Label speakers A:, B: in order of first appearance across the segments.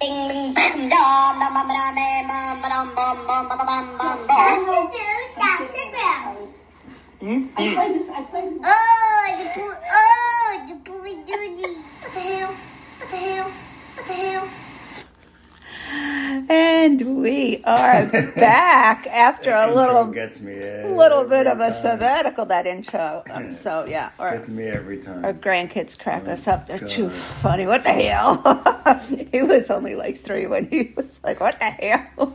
A: Bing bing bing dom dom dom dom dom dom dom dom dom dom dom dom.
B: Dr. Drew, Dr. Drew.
A: Hmm?
C: I play this. I play this.
B: Oh, the boy, oh, the boy Judy. What the hell? What the hell? What the hell?
D: And we are back after a
E: Intro
D: little
E: gets me every
D: little bit of a
E: time.
D: sabbatical. That intro, um, so yeah, or
E: Gets me every
D: our
E: time.
D: grandkids crack us up. They're too
E: Oh, God.
D: funny. What the hell? he was only like three when he was like, "What the hell?"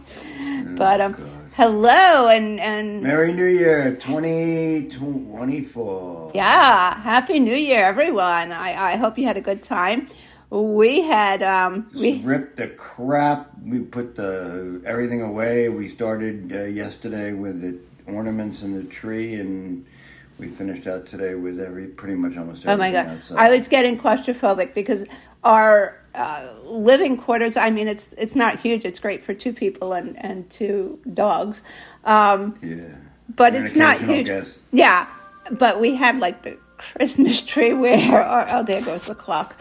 D: But um,
E: Oh, God.
D: hello and and
E: Merry New Year 2024.
D: Yeah, happy new year, everyone. I, I hope you had a good time. We had um we
E: Ripped the crap. We put the everything away. We started uh, yesterday with the ornaments in the tree, and we finished out today with every pretty much almost
D: oh
E: everything
D: my god,
E: outside.
D: I was getting claustrophobic because our uh, living quarters. I mean, it's it's not huge. It's great for two people and and two dogs, um,
E: yeah,
D: but
E: You're an
D: it's not
E: occasional
D: huge.
E: guest.
D: Yeah, but we had like the Christmas tree where our, oh there goes the clock.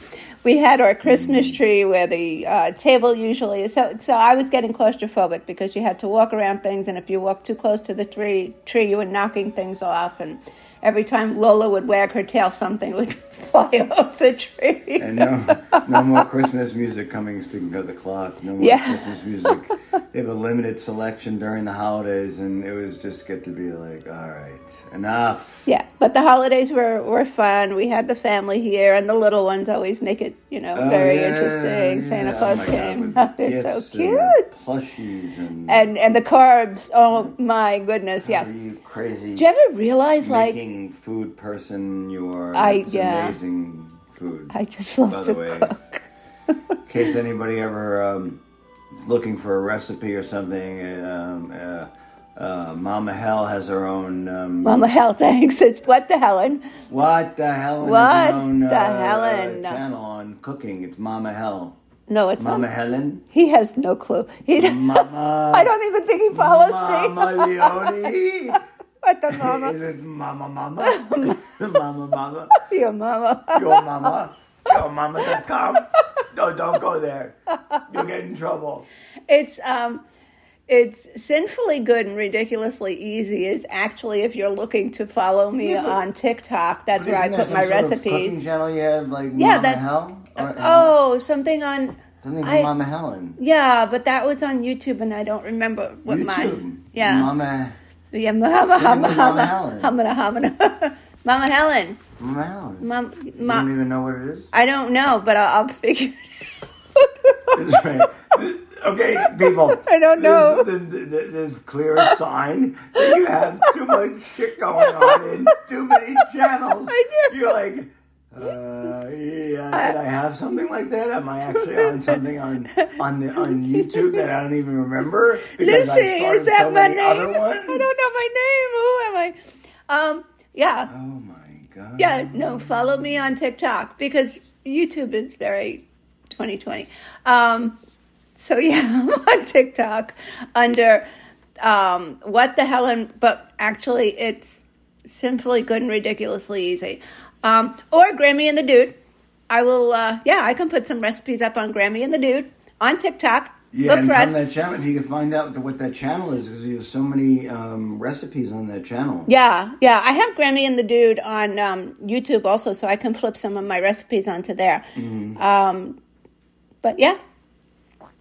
D: We had our
E: Mm.
D: Christmas tree where the uh, table usually is. So so I was getting claustrophobic because you had to walk around things, and if you walked too close to the tree tree, you were knocking things off. And every time Lola would wag her tail, something would fly off the tree.
E: And no, no more Christmas music coming. Speaking of the clock, no more
D: Yeah.
E: Christmas music. They have a limited selection during the holidays, and it was just get to be like, all right, enough.
D: Yeah, but the holidays were, were fun. We had the family here, and the little ones always make it, you know,
E: Oh,
D: very
E: yeah,
D: interesting.
E: yeah.
D: Santa
E: Oh
D: Claus
E: my God,
D: came.
E: with
D: They're so
E: gifts
D: cute.
E: And plushies and,
D: and and the carbs. Oh my goodness, yes.
E: Are you crazy?
D: Do you ever realize, like,
E: making food person you are.
D: I-
E: It's
D: yeah.
E: amazing food.
D: I just love
E: By
D: to
E: the way.
D: cook.
E: In case anybody ever um, is looking for a recipe or something, um, uh, uh, Mama Hell has her own. Um,
D: Mama Hell, thanks. It's what the Helen.
E: What the Helen? is
D: What
E: her own,
D: the
E: uh,
D: Helen?
E: Channel on cooking. It's Mama Hell.
D: No, it's
E: Mama
D: not.
E: Helen.
D: He has no clue. He.
E: Mama.
D: I don't even think he follows me.
E: Mama Leone.
D: What the mama?
E: Is it Mama Mama? mama Mama.
D: Your mama.
E: Your Mama. Your Mama.com. No, don't go there. You'll get in trouble.
D: It's um, it's sinfully good and ridiculously easy. Is actually if you're looking to follow me
E: Yeah, but-
D: on TikTok, that's where I
E: Isn't there
D: put my
E: some sort of cooking uh,
D: recipes.
E: channel you have like
D: Yeah,
E: Mama
D: that's
E: Hell? Or,
D: oh something on.
E: Something
D: I-
E: from Mama Helen.
D: Yeah, but that was on YouTube, and I don't remember what
E: YouTube.
D: mine. Yeah,
E: Mama,
D: Yeah, Mama,
E: Send
D: Mama,
E: it to
D: Mama,
E: Mama
D: Helen.
E: Helen.
D: Mama, Mama, Mama Helen.
E: Mama
D: Mom,
E: Helen. You don't
D: mom,
E: even know what it is?
D: I don't know, but I'll, I'll figure.
E: That's right. Okay, people.
D: I don't know.
E: This, is the- the- the- this clear sign that you have too much shit going on in too many channels.
D: I do.
E: You're like, uh, yeah, did I have something like that? Am I actually on something on on the on YouTube that I don't even remember?
D: Lucy,
E: Because I've started
D: is that
E: so
D: my
E: many
D: name?
E: other
D: I don't
E: ones.
D: know my name. Who am I? Um, yeah,
E: Oh my god.
D: yeah. No, follow me on TikTok because YouTube is very 2020. Um, so yeah, I'm on TikTok under um, what the hell, and but actually it's simply good and ridiculously easy. Um, or Grammy and the Dude. I will. Uh, yeah, I can put some recipes up on Grammy and the Dude on TikTok.
E: Yeah,
D: Look
E: and
D: for
E: from
D: us.
E: that channel, if you can find out what that channel is, because there's so many um, recipes on that channel.
D: Yeah, yeah. I have Grammy and the Dude on um, YouTube also, so I can flip some of my recipes onto there. Um, but yeah,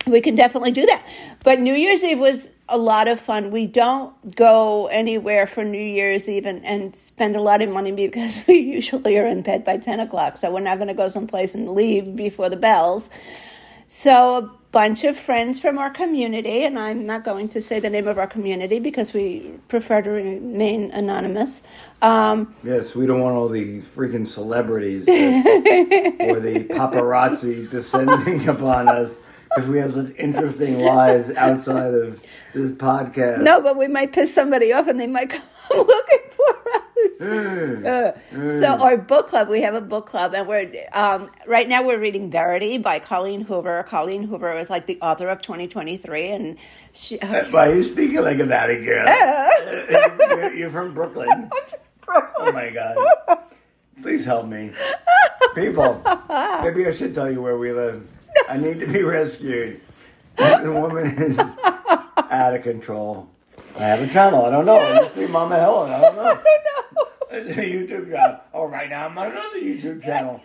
D: we can definitely do that. But New Year's Eve was a lot of fun. We don't go anywhere for New Year's Eve and, and spend a lot of money because we usually are in bed by 10 o'clock, so we're not going to go someplace and leave before the bells. So a bunch of friends from our community, and I'm not going to say the name of our community because we prefer to remain anonymous. Um,
E: Yes, we don't want all the freaking celebrities that, or the paparazzi descending upon us because we have such interesting lives outside of this podcast.
D: no, but we might piss somebody off, and they might come looking for us.
E: Mm.
D: Uh, so our book club, we have a book club, and we're um, right now we're reading Verity by Colleen Hoover. Colleen Hoover was like the author of 2023, and she.
E: Why are you speaking like a batty girl? you're, you're from Brooklyn. Oh my god. Please help me. People, maybe I should tell you where we live. I need to be rescued. The woman is out of control. I have a channel. I don't know. It must be Mama Helen. I don't know. It's a YouTube channel. Oh, right now I'm on another YouTube channel.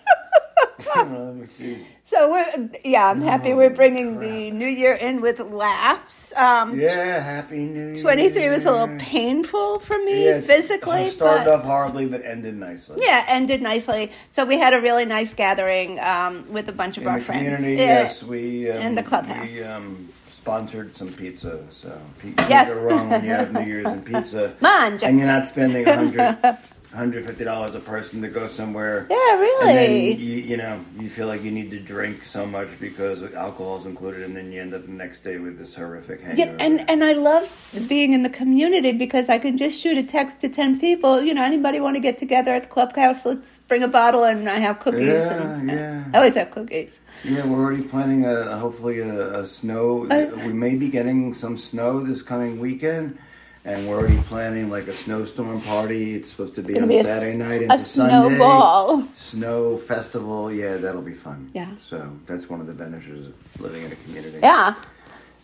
E: Let me see.
D: So we're yeah, I'm happy we're bringing the new year in with laughs. Um,
E: yeah, happy New Year.
D: 23 was a little painful for me
E: Yeah, it's-
D: physically,
E: Started
D: but
E: off horribly, but ended nicely.
D: yeah, ended nicely. So we had a really nice gathering um, with a bunch of
E: In
D: our
E: the
D: friends.
E: community,
D: Yeah.
E: yes, we um,
D: in the clubhouse.
E: We um, sponsored some pizza, so pe- you
D: Yes.
E: yes. go wrong when you have New Year's and pizza,
D: Mangia.
E: and you're not spending 100 $150 a person to go somewhere.
D: Yeah,
E: And then
D: really.
E: you, you know you feel like you need to drink so much because alcohol is included, and then you end up the next day with this horrific
D: Yeah,
E: hangover.
D: and, and I love being in the community because I can just shoot a text to 10 people. You know, anybody want to get together at the clubhouse? Let's bring a bottle and I have cookies.
E: Yeah,
D: and, uh,
E: yeah.
D: I always have cookies.
E: Yeah, we're already planning a hopefully a, a snow. we may be getting some snow this coming weekend, and we're already planning like a snowstorm party. It's supposed to be
D: gonna
E: on
D: be a
E: Saturday
D: s-
E: night
D: a
E: into Sunday.
D: snowball.
E: Snow festival. Yeah, that'll be fun.
D: Yeah.
E: So that's one of the benefits of living in a community.
D: Yeah.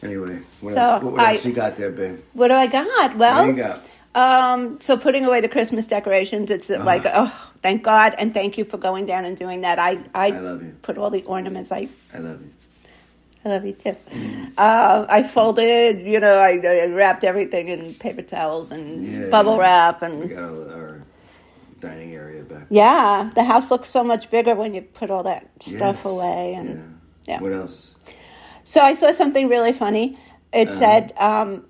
E: Anyway, what,
D: So
E: else, what
D: I-
E: else you got there, babe?
D: What do I got? Well,
E: What do you got?
D: Um, so putting away the Christmas decorations, it's
E: Uh-huh.
D: like, oh, thank God, and thank you for going down and doing that. I, I,
E: I love you.
D: put all the ornaments. I,
E: I love you.
D: I love you too.
E: Mm.
D: Uh, I folded, you know, I, I wrapped everything in paper towels and
E: Yeah.
D: bubble wrap,
E: We
D: and
E: got our, our dining area back.
D: yeah, the house looks so much bigger when you put all that stuff
E: Yes.
D: away. And
E: Yeah.
D: yeah.
E: What else?
D: so I saw something really funny. It
E: Uh-huh.
D: said, um,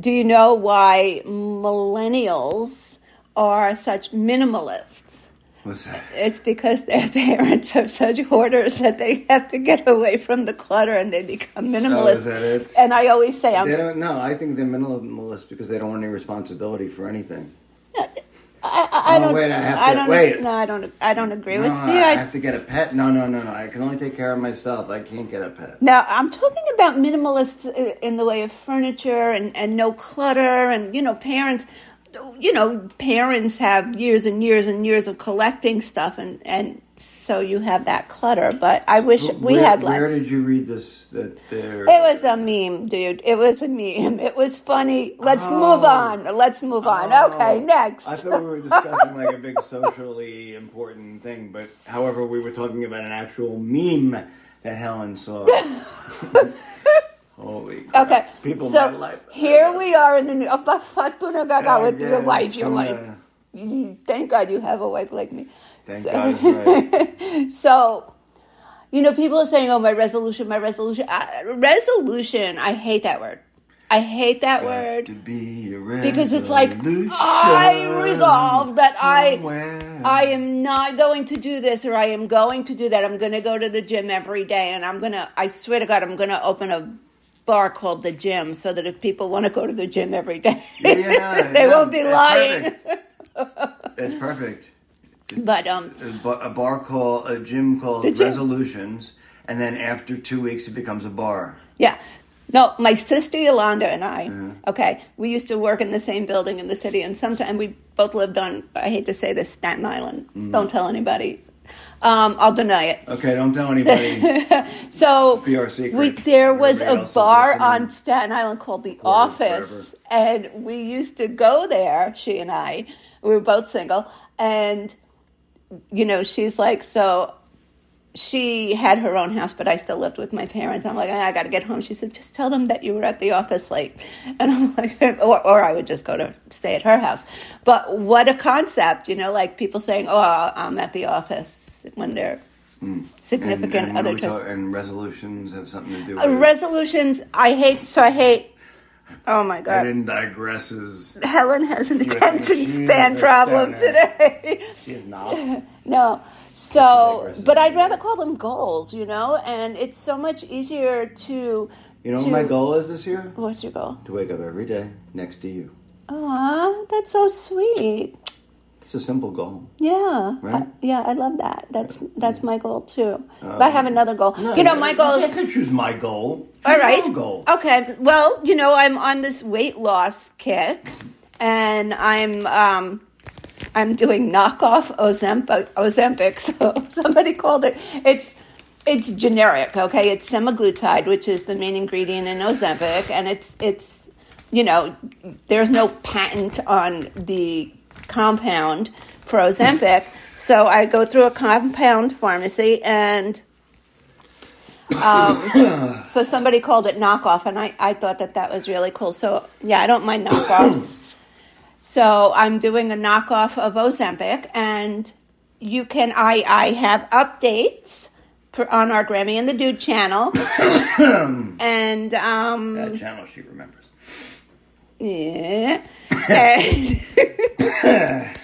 D: "Do you know why millennials are such minimalists?"
E: What's that?
D: It's because their parents are such hoarders that they have to get away from the clutter and they become
E: Oh,
D: minimalists.
E: is that it?
D: And I always say,
E: They
D: I'm,
E: don't. No, I think they're minimalist because they don't want any responsibility for anything.
D: I, I, I
E: Oh,
D: don't,
E: wait, I have to-
D: don't,
E: wait.
D: no, I don't, I don't agree
E: No,
D: with
E: I
D: you. I,
E: have to get a pet. No, no, no, no. I can only take care of myself. I can't get a pet.
D: now I'm talking about minimalists uh, in the way of furniture and, and no clutter and, you know, parents, you know, parents have years and years and years of collecting stuff and, and so you have that clutter, but I wish we
E: Where-
D: had less.
E: Where did you read this? That there.
D: It was a meme, dude. It was a meme. It was funny. Let's move
E: Oh.
D: on. Let's move on. Okay, next.
E: I thought we were discussing like a big socially important thing, but however, we were talking about an actual meme that Helen saw. Holy. crap.
D: Okay.
E: People
D: so
E: might like.
D: here we are in the new. Oh, but fuck, do not go out with
E: Yeah,
D: your wife. Your
E: yeah.
D: wife. You- Thank God you have a wife like me.
E: Thank
D: so,
E: God. it's right.
D: so, you know, people are saying, "Oh, my resolution, my resolution, I, resolution." I hate that word. I hate that word.
E: To be a
D: Because it's like,
E: resolution
D: I resolve that I-
E: somewhere.
D: I am not going to do this or I am going to do that. I'm going to go to the gym every day and I'm going to, I swear to God, I'm going to open a bar called The Gym so that if people want to go to the gym every day,
E: Yeah,
D: they
E: yeah,
D: won't be
E: that's
D: lying.
E: perfect. That's perfect.
D: But, um,
E: A bar, a bar call, a gym called
D: The gym.
E: Resolutions, and then after two weeks, it becomes a bar.
D: yeah. No, my sister Yolanda and I, okay, we used to work in the same building in the city and sometimes we both lived on, I hate to say this, Staten Island. Don't tell anybody. Um, I'll deny it.
E: Okay, don't tell anybody.
D: So
E: Be our secret.
D: we there was
E: Everybody
D: a
E: else is
D: bar
E: listening.
D: on Staten Island called the
E: Quarters
D: Office, and we used to go there. She and I, we were both single, and you know, she's like, so she had her own house, but I still lived with my parents. I'm like, "Ah, I got to get home. She said, just tell them that you were at the office late, and I'm like, or or I would just go to stay at her house. But what a concept, you know, like people saying, oh, I'm at the office when they're. Significant
E: Hmm. and, and
D: other
E: we
D: person.
E: talk- and resolutions have something to do with
D: Uh,
E: it.
D: resolutions i hate so i hate oh my
E: and
D: god
E: then digresses.
D: helen has an
E: think
D: attention
E: she's
D: span
E: a
D: problem
E: stoner.
D: today
E: She's not.
D: no so
E: Digresses.
D: but i'd rather call them goals you know and it's so much easier to
E: You know
D: to-
E: what my goal is this year?
D: what's your goal
E: To wake up every day next to you.
D: oh that's so sweet
E: It's a simple goal.
D: yeah
E: Right? Um,
D: I- yeah i love that that's that's my goal too but i have another goal you know my goal
E: I
D: is
E: could choose my goal.
D: All
E: Choose your
D: right. Oh.
E: own goal.
D: Okay. Well, you know, I'm on this weight loss kick, and I'm um, I'm doing knockoff Ozempic. Ozempic. So somebody called it. It's it's generic, okay? It's semaglutide, which is the main ingredient in Ozempic, and it's it's you know there's no patent on the compound for Ozempic, so I go through a compound pharmacy and. Um, so somebody called it knockoff, and I, I thought that that was really cool. So yeah, I don't mind knockoffs. So I'm doing a knockoff of Ozempic, and you can I I have updates for, on our Grammy and the Dude channel, and um
E: That channel she remembers.
D: yeah, and,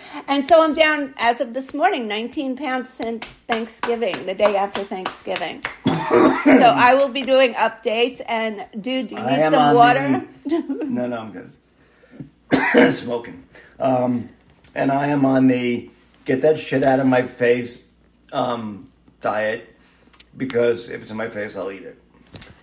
D: and so I'm down as of this morning 19 pounds since Thanksgiving, the day after Thanksgiving. so I will be doing updates, and dude, do you
E: I
D: need
E: am
D: some
E: on
D: water?
E: No, no, I'm good. Smoking. Um, and I am on the get that shit out of my face um, diet because if it's in my face, I'll eat it.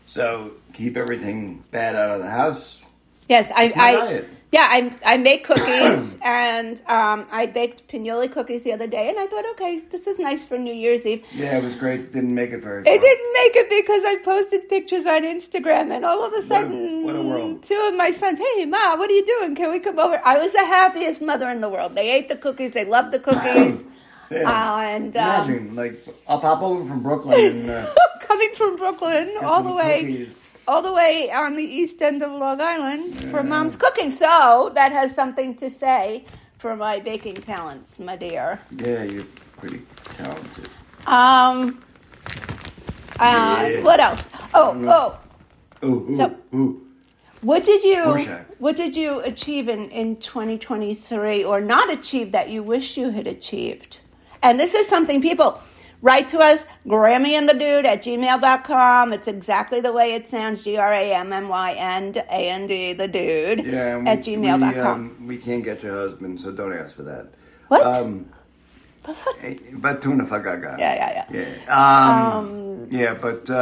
E: So keep everything bad out of the house.
D: Yes, I,
E: can buy
D: I
E: it.
D: yeah, I I make cookies and um, I baked pinoli cookies the other day, and I thought, okay, this is nice for New Year's Eve.
E: Yeah, it was great. Didn't make it very far.
D: I didn't make it because I posted pictures on Instagram, and all of a sudden,
E: what a world.
D: two of my sons, hey ma, what are you doing? Can we come over? I was the happiest mother in the world. They ate the cookies, they loved the cookies,
E: Yeah.
D: uh, and um,
E: Imagine, like, I'll pop over from Brooklyn and uh,
D: coming from Brooklyn
E: get
D: all
E: some
D: the way.
E: cookies.
D: all the way on the east end of Long Island for mom's cooking. So that has something to say for my baking talents, my dear.
E: Yeah, you're pretty talented.
D: Um, uh,
E: Yeah.
D: what else? Oh,
E: Mm.
D: oh,
E: Ooh, ooh,
D: So-
E: ooh.
D: what did you
E: Rorschach.
D: what did you achieve in in 2023 or not achieve that you wish you had achieved? And this is something people write to us grammy and the dude at gmail.com it's exactly the way it sounds g-r-a-m-m-y and a-n-d the dude
E: Yeah, and
D: at
E: we-
D: gmail.com
E: We, um, we can't get your husband, so don't ask for that.
D: What?
E: Um, eh, but tuna fagaga.
D: Yeah, yeah, yeah.
E: Yeah. Um, yeah, but uh,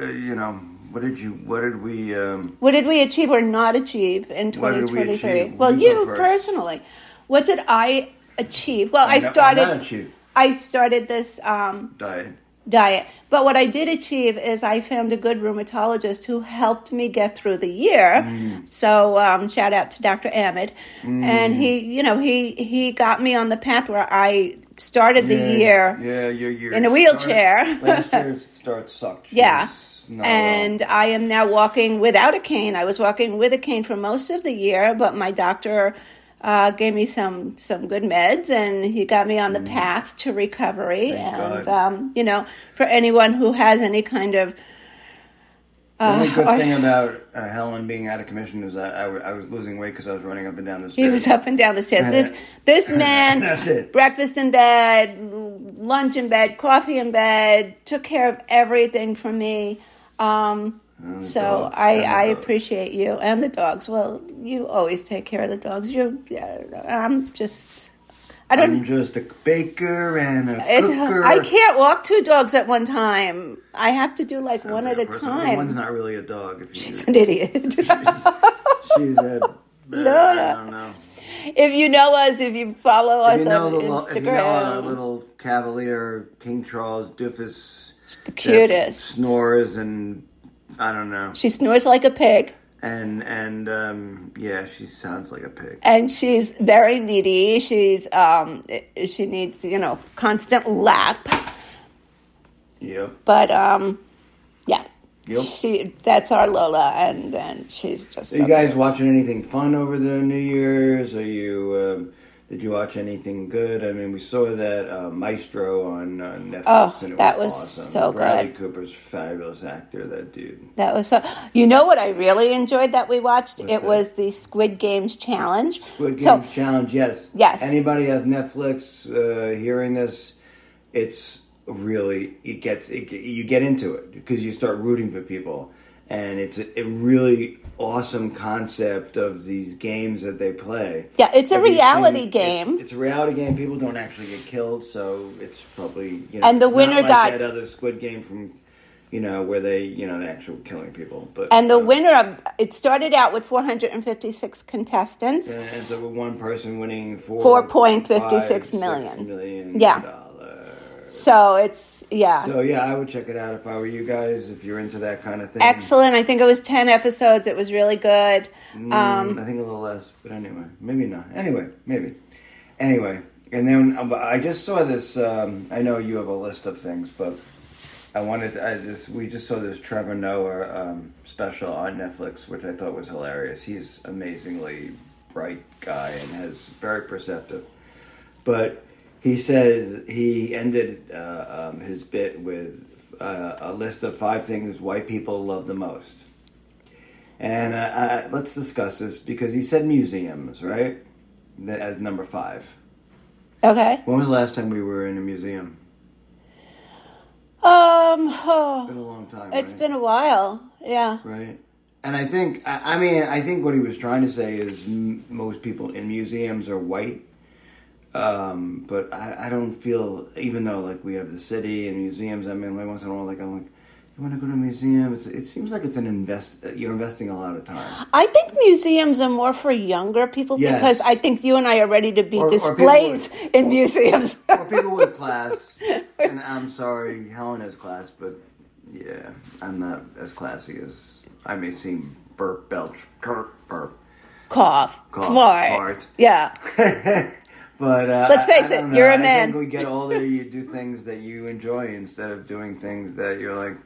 E: uh, you know, what did you? What did we? Um,
D: What did we achieve or not achieve in
E: What did we
D: 2023?
E: achieve?
D: Well,
E: You go
D: you
E: first.
D: personally. What did I achieve? Well, I
E: no- Not
D: started
E: achieve
D: I started this um,
E: diet.
D: diet. But what I did achieve is I found a good rheumatologist who helped me get through the year.
E: Mm.
D: So, um, shout out to Dr. Ahmed. And he, you know, he he got me on the path where I started
E: yeah,
D: the year
E: Yeah, your year.
D: in a wheelchair.
E: Started, last year's start sucked. She
D: Yeah.
E: was not
D: and
E: well.
D: I am now walking without a cane. I was walking with a cane for most of the year, but my doctor uh, gave me some some good meds, and he got me on the path to recovery.
E: Mm. Thank
D: and
E: God.
D: um, you know, for anyone who has any kind of
E: The only good
D: or-
E: thing about uh, Helen being out of commission is I, I, w- I was losing weight because I was running up and down the stairs.
D: he was up and down the stairs. This this man,
E: That's it.
D: breakfast in bed, lunch in bed, coffee in bed, took care of everything for me. Um,
E: the
D: so
E: dogs,
D: I,
E: and the
D: I
E: dogs.
D: appreciate you and the dogs. Well, you always take care of the dogs. You, I'm just, I don't.
E: I'm just a baker and a
D: It,
E: cooker.
D: I can't walk two dogs at one time. I have to do like one at a
E: Person-
D: time.
E: One's not really a dog. If you
D: She's an idiot.
E: She's a. I don't know.
D: if you know us, if you follow us
E: If you know,
D: on
E: the, little-
D: Instagram,
E: if you know our little Cavalier King Charles doofus,
D: the
E: that
D: cutest.
E: snores and I don't know,
D: She snores like a pig.
E: and and um, yeah, she sounds like a pig.
D: and she's very needy. She's um, she needs you know constant lap,
E: Yep,
D: but um, yeah,
E: yep.
D: she that's our Lola, and and she's just
E: Are you
D: so
E: guys watching anything fun over the New Year's? Are you? Um, did you watch anything good? I mean, we saw that uh, Maestro on uh, Netflix.
D: Oh,
E: and it
D: that
E: was,
D: was
E: awesome.
D: so
E: Bradley
D: good.
E: Cooper's fabulous actor. That dude.
D: That was so. You know what I really enjoyed that we watched? it
E: that?
D: was the Squid Games challenge.
E: Squid Game
D: so
E: Challenge, yes.
D: Yes.
E: Anybody have Netflix uh, hearing this, it's really it gets it, you get into it because you start rooting for people, and it's a, a really awesome concept of these games that they play.
D: yeah, it's a
E: Have you seen-
D: reality
E: it's-
D: game.
E: It's, a reality game. People don't actually get killed, so it's probably you know.
D: And the
E: it's not
D: winner
E: like
D: died.
E: That other Squid Game from, you know, where they you know they're actually killing people, but
D: and the
E: uh,
D: winner of it started out with 456 contestants.
E: And it ends up with one person winning four
D: 4.56
E: five, six
D: million.
E: million
D: Yeah.
E: dollars.
D: So it's yeah.
E: So yeah, I would check it out if I were you guys. If you're into that kind of thing,
D: Excellent. I think it was 10 episodes. It was really good.
E: Mm,
D: Um,
E: I think a little less, but anyway, maybe not. Anyway, maybe. Anyway, and then um, I just saw this. Um, I know you have a list of things, but I wanted I this. We just saw this Trevor Noah um, special on Netflix, which I thought was hilarious. He's amazingly bright guy and has very perceptive, but he says he ended uh, um, his bit with uh, a list of five things white people love the most. And uh, uh, let's discuss this because he said museums, right? Th- As number five.
D: okay.
E: When was the last time we were in a museum?
D: Um,
E: Been
D: oh,
E: a long time.
D: it's
E: right?
D: been a while. Yeah.
E: right. And I think, I, I mean, I think what he was trying to say is m- most people in museums are white. Um, but I, I don't feel, even though like we have the city and museums. I mean, like once in a while, like I'm like, you want to go to a museum? It's, it seems like it's an invest. You're investing a lot of time.
D: I think museums are more for younger people
E: Yes.
D: because I think you and I are ready to be
E: Or- or people
D: displays in museums.
E: Well, people with class, and I'm sorry, Helen has class, but yeah, I'm not as classy as I may seem. Burp, belch, burp, burp.
D: Cough.
E: Cough, fart.
D: Yeah.
E: But uh,
D: Let's
E: I-
D: face
E: I
D: it,
E: don't know.
D: you're a
E: I think
D: man.
E: when we get older, you do things that you enjoy instead of doing things that you're like,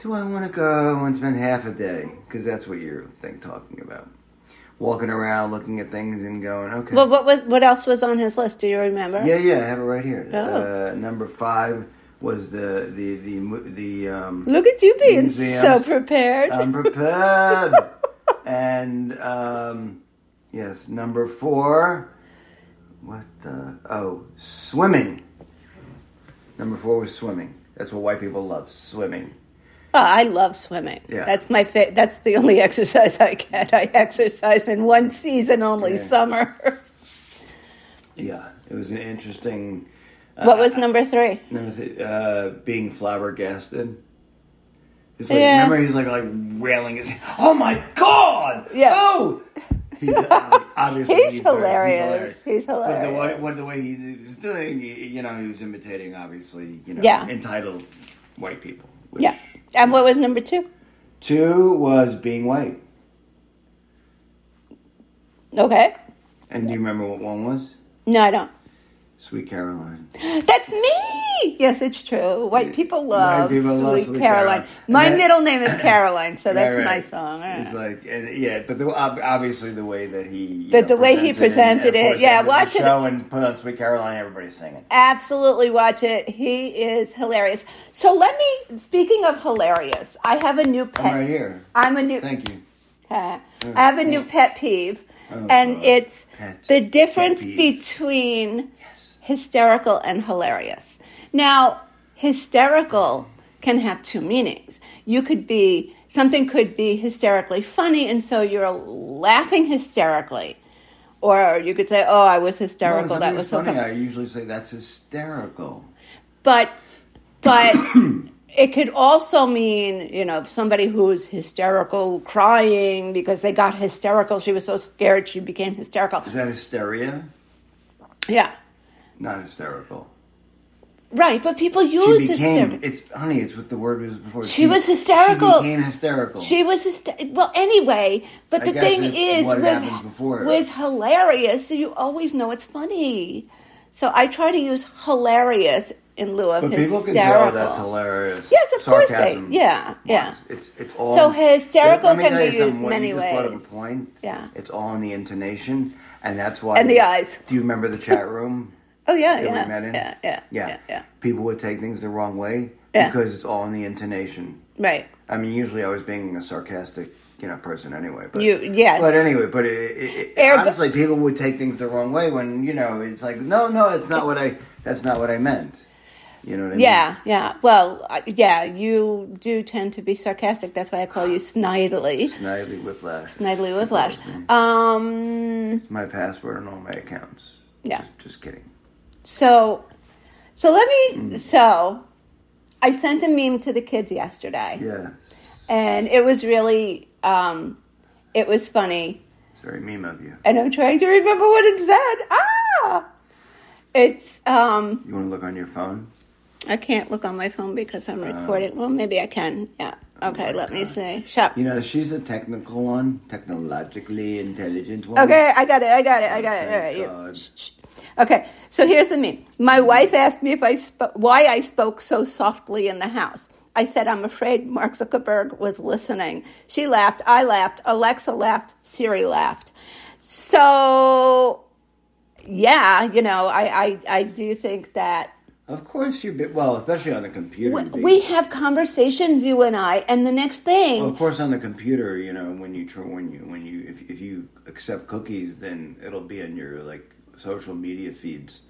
E: do I want to go and spend half a day? Because that's what you're think talking about. Walking around, looking at things, and going, okay.
D: Well, what was what else was on his list? Do you remember?
E: Yeah, yeah, I have it right here.
D: Oh.
E: Uh, number five was the the the mo- the um,
D: Look at you being so
E: Museums. Um,
D: prepared.
E: I'm prepared. and um, yes, number four. What the? Oh, swimming. Number four was swimming. That's what white people love swimming.
D: Oh, I love swimming.
E: Yeah.
D: That's my fa- that's the only exercise I get. I exercise in one season only,
E: Yeah.
D: summer.
E: Yeah, it was an interesting. Uh,
D: what was number 3?
E: Number th- uh, being flabbergasted. It's like,
D: Yeah.
E: Remember, he's like like wailing his. Oh my god!
D: Yeah.
E: Oh. He's, ob- obviously,
D: He's
E: very-
D: hilarious. He's
E: But the way,
D: hilarious.
E: what the way he was doing, y- you know, he was imitating obviously, you know,
D: Yeah.
E: entitled white people. which-
D: Yeah. And what was number 2?
E: Two was being white,
D: Okay.
E: and do you remember what one was?
D: No, I don't.
E: Sweet Caroline.
D: That's me. Yes, it's true. White people love
E: people
D: Sweet
E: love Sweet
D: Caroline.
E: Caroline.
D: My
E: And that-
D: middle name is Caroline, so that's
E: Right, right.
D: my song. All
E: It's
D: right.
E: like, and, yeah, but the, ob- obviously the way that he, you
D: But the way he
E: presents
D: presented
E: and, of
D: it,
E: course,
D: yeah,
E: ended the
D: watch it.
E: Show and put on Sweet Caroline, everybody's singing.
D: Absolutely watch it. He is hilarious. So let me speaking of hilarious, I have a new pet.
E: I'm right here.
D: I'm a new
E: Thank you.
D: Uh,
E: Oh,
D: I have a new pet peeve, and
E: God.
D: it's
E: Oh, uh, Pet
D: the difference
E: peeve.
D: between hysterical and hilarious. Now, hysterical can have two meanings. You could be, something could be hysterically funny, and so you're laughing hysterically. Or you could say, oh, I was
E: Well,
D: hysterical, that was so
E: funny.
D: funny.
E: I usually say that's hysterical.
D: But, but it could also mean, you know, somebody who's hysterical, crying because they got hysterical. She was so scared she became hysterical.
E: Is that hysteria?
D: Yeah.
E: Not hysterical.
D: Right, but people
E: She
D: use
E: became.
D: hysterical.
E: It's honey. It's what the word was before.
D: She was hysterical.
E: She became hysterical.
D: She was hyster- well anyway, but
E: I
D: the
E: guess
D: thing
E: it's
D: is
E: what happens before.
D: with, with hilarious, you always know it's funny. So I try to use hilarious in lieu of
E: but
D: hysterical.
E: people can say, "Oh, that's hilarious."
D: Yes, of course they-
E: Sarcasm
D: yeah,
E: wise.
D: yeah.
E: It's it's all.
D: So hysterical
E: Let me
D: can
E: tell
D: be
E: you something,
D: used
E: what
D: many
E: you just brought up a
D: ways.
E: point.
D: Yeah.
E: It's all in the intonation, and that's why.
D: And the eyes.
E: Do you remember the chat room?
D: Oh yeah,
E: that
D: yeah,
E: we met in?
D: yeah, yeah,
E: yeah,
D: yeah, yeah.
E: People would take things the wrong way
D: Yeah.
E: because it's all in the intonation.
D: Right.
E: I mean, usually I was being a sarcastic, you know, person anyway. But
D: You- yes.
E: But anyway, but it, it, it,
D: Ergo-
E: honestly, people would take things the wrong way when you know it's like, no, no, it's not what I. That's not what I meant. You know what I
D: Yeah, yeah. Well, I- yeah, you do tend to be sarcastic. That's why I call you snidely.
E: mean? Yeah. Nightly whiplash.
D: Snidely Whiplash. Um,
E: My password on all my accounts.
D: Yeah.
E: Just, just kidding.
D: so, so let me. So, I sent a meme to the kids yesterday,
E: Yeah.
D: and it was really, um, it was funny.
E: It's very meme of you.
D: And I'm trying to remember what it said. Ah, it's um,
E: You want to look on your phone?
D: I can't look on my phone because
E: Uh,
D: I'm recording. Well, maybe I can. Yeah. Okay, let me see. Shop.
E: oh You know, she's a technical one, technologically intelligent one.
D: Okay, I got it. I got it. I got it. All right.
E: Thank
D: yeah.
E: God.
D: Shh, shh. Okay, so here's the meme. My wife asked me if I sp- why I spoke so softly in the house. I said I'm afraid Mark Zuckerberg was listening. She laughed. I laughed. Alexa laughed. Siri laughed. So, yeah, you know, I I, I do think that
E: Of course you be well, especially on the computer.
D: we,
E: you'd be-
D: we have conversations, you and I, and the next thing.
E: Well, of course, on the computer, you know, when you tr- when you when you if, if you accept cookies, then it'll be in your like social media feeds.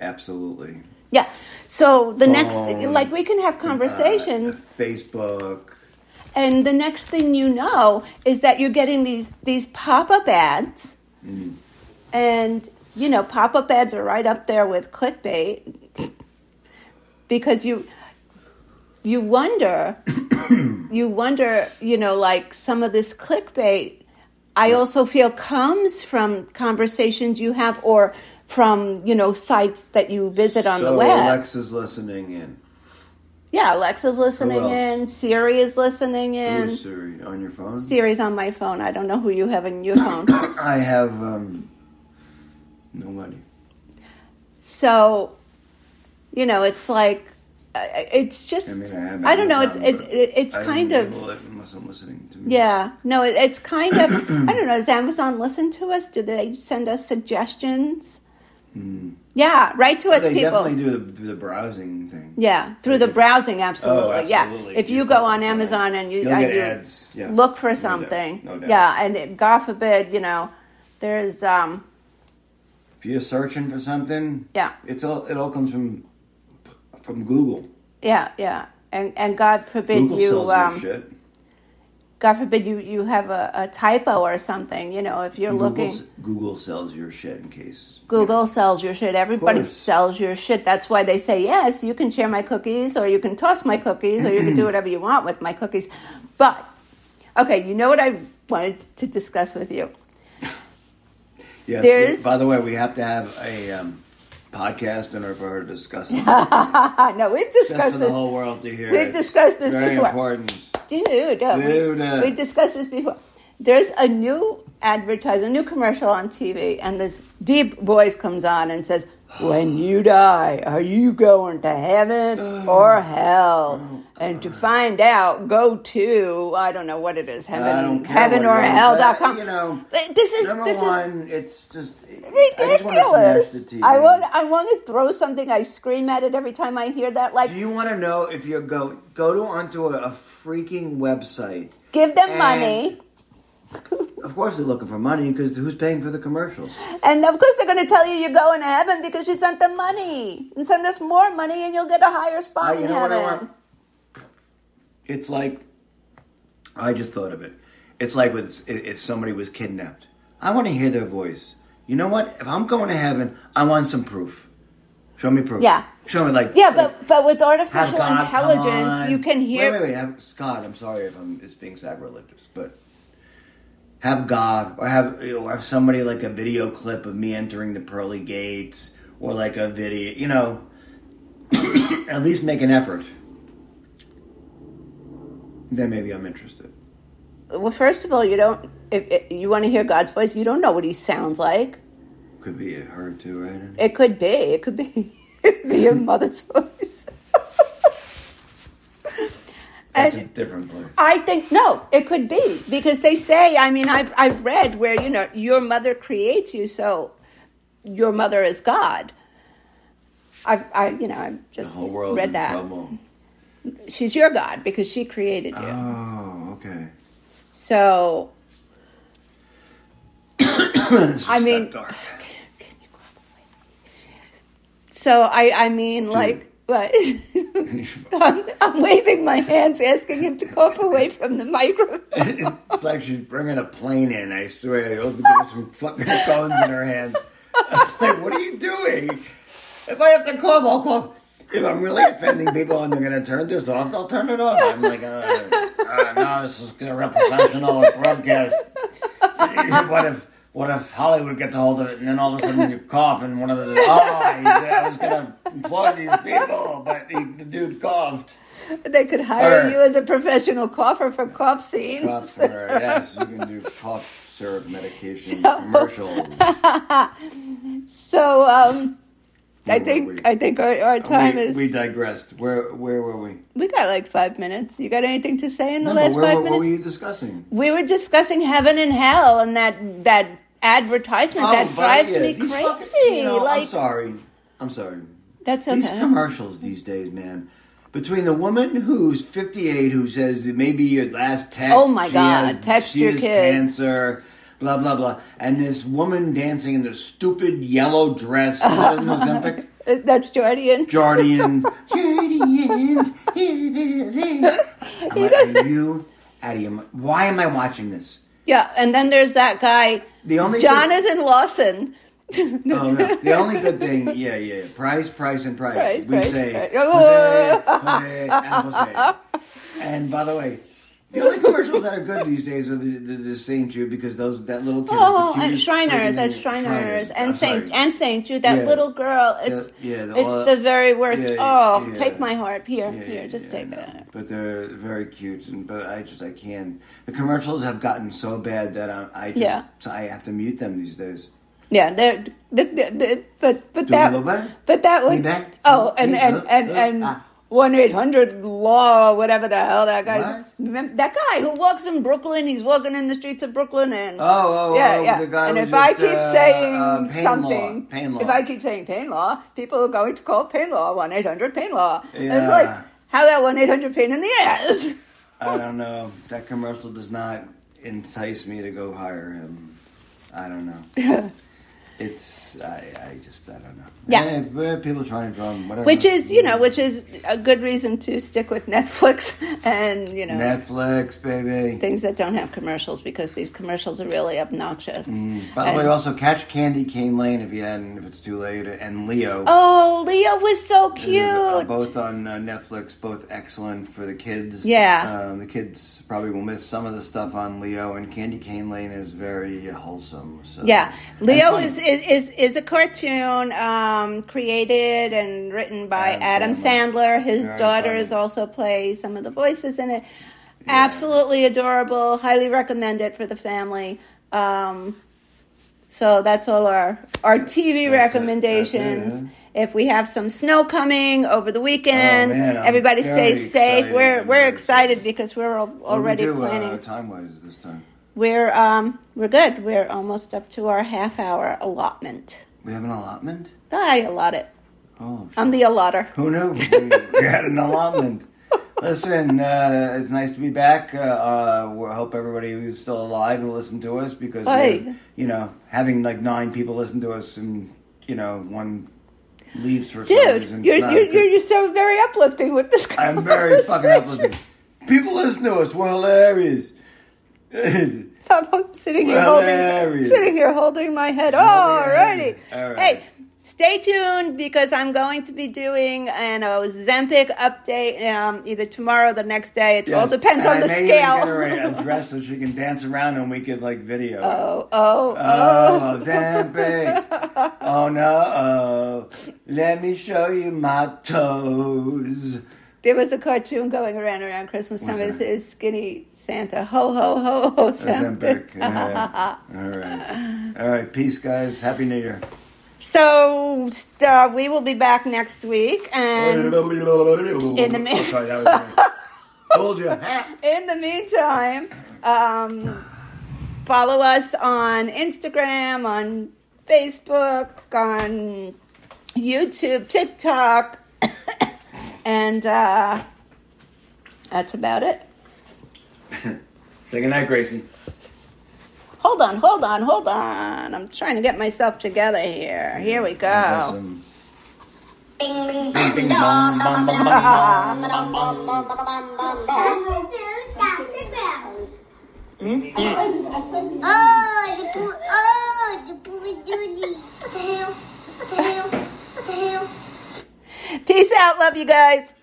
E: Absolutely.
D: Yeah. So the next,
E: Phone,
D: like, we can have
E: Uh,
D: conversations,
E: Facebook.
D: and the next thing you know is that you're getting these these pop up ads,
E: Mm-hmm.
D: and you know pop up ads are right up there with clickbait because you you wonder you wonder you know like some of this clickbait i also feel comes from conversations you have or from you know sites that you visit on
E: so
D: the web
E: Alexa's listening in.
D: Yeah, Alexa's listening
E: else?
D: in. Siri is listening
E: Who
D: in.
E: is Siri on your phone?
D: Siri's on my phone. I don't know who you have on your phone.
E: I have um, nobody.
D: so, you know, it's like uh, it's just
E: I
D: I,
E: mean, I have.
D: don't know. It's
E: Amazon,
D: it's
E: but
D: it's
E: I
D: kind
E: don't
D: of
E: enable it unless I'm listening to me.
D: yeah. No, it, it's kind of I don't know. Does Amazon listen to us? Do they send us suggestions? Yeah, right to us,
E: Hmm. Oh, They
D: people.
E: definitely do the, do the browsing thing.
D: Yeah, through the browsing, absolutely.
E: Oh, absolutely.
D: Yeah, if you
E: You're
D: go on
E: fucking
D: Amazon
E: right.
D: and you
E: You'll
D: and
E: get
D: you
E: ads. Yeah.
D: look
E: No
D: for
E: doubt.
D: something,
E: No doubt.
D: yeah, and it, God forbid, you know, there's um,
E: If you're searching for something,
D: Yeah.
E: it's all it all comes from from Google.
D: yeah, yeah, and and God forbid
E: Google
D: you
E: sells
D: um,
E: your shit.
D: God forbid you you have a, a typo or something, you know, if you're looking.
E: Google, Google sells your shit in case
D: Google sells your shit. Everybody
E: course.
D: sells your shit. That's why they say, yes, you can share my cookies or you can toss my cookies or you can do whatever you want with my cookies. But, okay, you know what I wanted to discuss with you?
E: Yeah.
D: There's-
E: By the way, we have to have a um, podcast in order to discuss it.
D: Ah, no, we've
E: Just
D: discussed
E: for the
D: this.
E: whole world to hear.
D: We've
E: It's
D: discussed this
E: very
D: before.
E: important.
D: Dude, uh,
E: Dude, uh.
D: We, we discussed this before. There's a new advertise, a new commercial on TV, and this deep voice comes on and says, "When you die, are you going to heaven or hell?" And to find out, go to I don't know what it is, heaven,
E: I don't care
D: heaven
E: what
D: or
E: it is,
D: hell
E: but,
D: dot com.
E: you know,
D: But this is
E: Number
D: this is
E: one, it's just I, just wanna smash
D: ridiculous.
E: the TV.
D: I want I want to throw something. I scream at it every time I hear that. Like
E: Do you want to know if you go go to onto a, a freaking website?
D: Give them
E: And-
D: money.
E: Of course, they're looking for money because who's paying for the commercial?
D: And of course, they're going to tell you you're going to heaven because you sent them money. And send us more money and you'll get a higher
E: I-
D: spot
E: you
D: in
E: know what I
D: heaven.
E: want? It's like I just thought of it. It's like with if if somebody was kidnapped. I want to hear their voice. You know what? If I'm going to heaven, I want some proof. Show me proof.
D: Yeah.
E: Show me like
D: Yeah, but, but with
E: Has
D: artificial
E: God come
D: intelligence,
E: on?
D: you can hear.
E: Wait, wait, wait. Have, God, I'm sorry if I'm it's being sacrilegious, but have God or have or have somebody like a video clip of me entering the pearly gates or like a video, you know, at least make an effort. Then maybe I'm interested.
D: Well, first of all, you don't. If, if you want to hear God's voice, you don't know what he sounds like.
E: Could be her too, right?
D: It could be. It could be. It could be your mother's voice.
E: That's
D: and-
E: a different place.
D: I think no, it could be because they say. I mean, I've I've read where you know your mother creates you, so your mother is God. I I you know I
E: The
D: just
E: whole world
D: read
E: in
D: that
E: trouble.
D: she's your God because she created you.
E: Oh, okay.
D: So
E: This just
D: I mean-
E: got dark.
D: so I I mean like what. I'm, I'm waving my hands, asking him to cough away from the microphone.
E: it's like she's bringing a plane in. I swear, she'll give some fucking phones in her hand. I was like, "What are you doing? If I have to call, I'll call. If I'm really offending people and they're gonna turn this off, they'll turn it off." I'm like, uh, uh, "No, this is gonna representational broadcast. what if what if Hollywood gets a hold of it and then all of a sudden you cough and one of the, oh, I, I was going to employ these people, but he, the dude coughed.
D: They could hire
E: Or-
D: you as a professional cougher for cough scenes.
E: Cough syrup, yes, you can do cough syrup medication commercials.
D: So um, I
E: were we?
D: think I think our, our time
E: We,
D: is
E: we digressed. Where where were we?
D: we got like five minutes. You got anything to say in the
E: No, but
D: last
E: where,
D: five
E: what,
D: minutes?
E: were you discussing?
D: We were discussing heaven and hell and that that advertisement
E: Oh,
D: that
E: but
D: drives
E: yeah,
D: me
E: these
D: crazy.
E: fuck- you know, I'm
D: like
E: sorry. I'm sorry.
D: that's
E: These
D: okay.
E: commercials these days, man. Between the woman who's 58 who says it may be your last text.
D: Oh, my
E: she
D: God,
E: has-
D: text
E: she
D: your
E: has
D: kids.
E: Cancer. Blah blah blah, and this woman dancing in this stupid yellow dress.
D: Oh
E: Is that an Ozempic?
D: Uh, that's Jordan.
E: Guardians. Guardians. I'm like, are you out of your mi- Why am I watching this?
D: Yeah, and then there's that guy,
E: The only
D: Jonathan Lawson.
E: Oh, no. The only good thing, yeah, yeah, price, price, and price.
D: Price,
E: we
D: price,
E: say,
D: price.
E: Jose, Jose, and Jose. And by the way, the only commercials that are good these days are the, the, the St. Jude because those that little kid. is the
D: Oh, and
E: cutest
D: Shriners,
E: friggin'
D: and Shriners,
E: I'm
D: and Saint
E: sorry.
D: and Saint Jude. That
E: Yeah.
D: little girl. It's
E: yeah, the-
D: it's
E: all-
D: the very worst.
E: yeah,
D: oh,
E: yeah.
D: take my heart here, here, just
E: yeah,
D: take
E: I know.
D: it.
E: But they're very cute, and but I just I can't. The commercials have gotten so bad that I, I just
D: Yeah.
E: so I have to mute them these days.
D: Yeah, they're, the the the but but
E: Do we
D: that
E: go back?
D: but that
E: We
D: would
E: back?
D: oh and
E: We
D: and
E: go-
D: and
E: go-
D: and
E: ah.
D: one eight hundred law whatever the hell that guy's
E: What?
D: remember, that guy who walks in Brooklyn he's walking in the streets of Brooklyn and
E: Oh, oh,
D: yeah
E: oh,
D: yeah
E: the guy
D: and
E: who
D: if I
E: just,
D: keep
E: uh,
D: saying
E: uh, pain law,
D: something
E: pain law.
D: if I keep saying pain law people are going to call pain law one eight hundred pain law and it's
E: Yeah.
D: like how about one eight hundred pain in the ass
E: I don't know. That commercial does not entice me to go hire him. I don't know. it's I, I just I don't know.
D: Yeah.
E: Eh, but people trying to drum whatever.
D: which is you know which is a good reason to stick with Netflix and you know.
E: Netflix, baby.
D: things that don't have commercials because these commercials are really obnoxious.
E: By the way,
D: And-
E: also catch Candy Cane Lane if you hadn't, if it's too late, and Leo.
D: oh, Leo was so
E: Uh,
D: cute.
E: Both on uh, Netflix, both excellent for the kids.
D: Yeah.
E: Um, the kids probably will miss some of the stuff on Leo, and Candy Cane Lane is very wholesome. So.
D: Yeah,
E: And
D: Leo
E: funny.
D: is, is is is a cartoon um, created and written by Adam,
E: Adam
D: Sandler.
E: Sandler.
D: His
E: Very
D: daughters
E: funny.
D: also play some of the voices in it. Absolutely adorable. Highly recommend it for the family. Um, so that's all our our TV
E: That's it. That's it,
D: recommendations.
E: yeah.
D: If we have some snow coming over the weekend,
E: Oh, man, I'm
D: everybody
E: very
D: stays safe.
E: excited.
D: We're
E: I'm
D: we're
E: very
D: excited
E: excited.
D: because we're al-
E: What do we
D: already
E: do, uh,
D: planning.
E: time-wise this time.
D: We're um we're good. We're almost up to our half hour allotment.
E: We have an allotment?
D: I allot it.
E: Oh,
D: I'm the allotter.
E: who knew? we had an allotment. Listen, uh, it's nice to be back. Uh, uh, we hope everybody who's still alive will listen to us because,
D: Right.
E: we're, you know, having like nine people listen to us and, you know, one leaves for some
D: Dude,
E: reason.
D: you're,
E: It's not
D: you're,
E: good.
D: you're, you're so very uplifting with this
E: I'm very fucking
D: conversation.
E: uplifting. People listen to us. We're hilarious.
D: I'm, I'm sitting here
E: We're
D: holding
E: hilarious.
D: sitting here holding my head.
E: Hilarious.
D: Alrighty.
E: All right.
D: Hey, stay tuned because I'm going to be doing an Ozempic update um, either tomorrow or the next day. It all
E: Yes.
D: depends
E: And
D: on the
E: I may even
D: scale.
E: Get her a- a dress so she can dance around and we could like video. it.
D: oh, oh, oh.
E: Oh, Ozempic. oh no. Oh. Let me show you my toes. Oh,
D: There was a cartoon going around around Christmas time. It
E: that?
D: says skinny Santa. Ho, ho, ho, ho, Santa.
E: Ozempic. Yeah. All right. All right. Peace, guys. Happy New Year.
D: So uh, we will be back next week.
E: Oh,
D: And
E: In
D: the mean-
E: Oh, Sorry, that was me. Told you.
D: in the meantime, um, follow us on Instagram, on Facebook, on YouTube, TikTok. and uh, that's about it.
E: Say goodnight, Gracie.
D: Hold on, hold on, hold on. I'm trying to get myself together here. Here we go.
E: Awesome.
A: Bing bing
E: Bing,
A: bang
E: bing,
A: dong, bum
E: bong, bong,
A: bum bum bum
E: bong,
A: bum bum bum bum bum bum. Hmm?
C: I play this. I play this.
B: Oh, the poor, oh, the poor Judy. What the hell? What the hell? What the hell?
D: Peace out. Love you guys.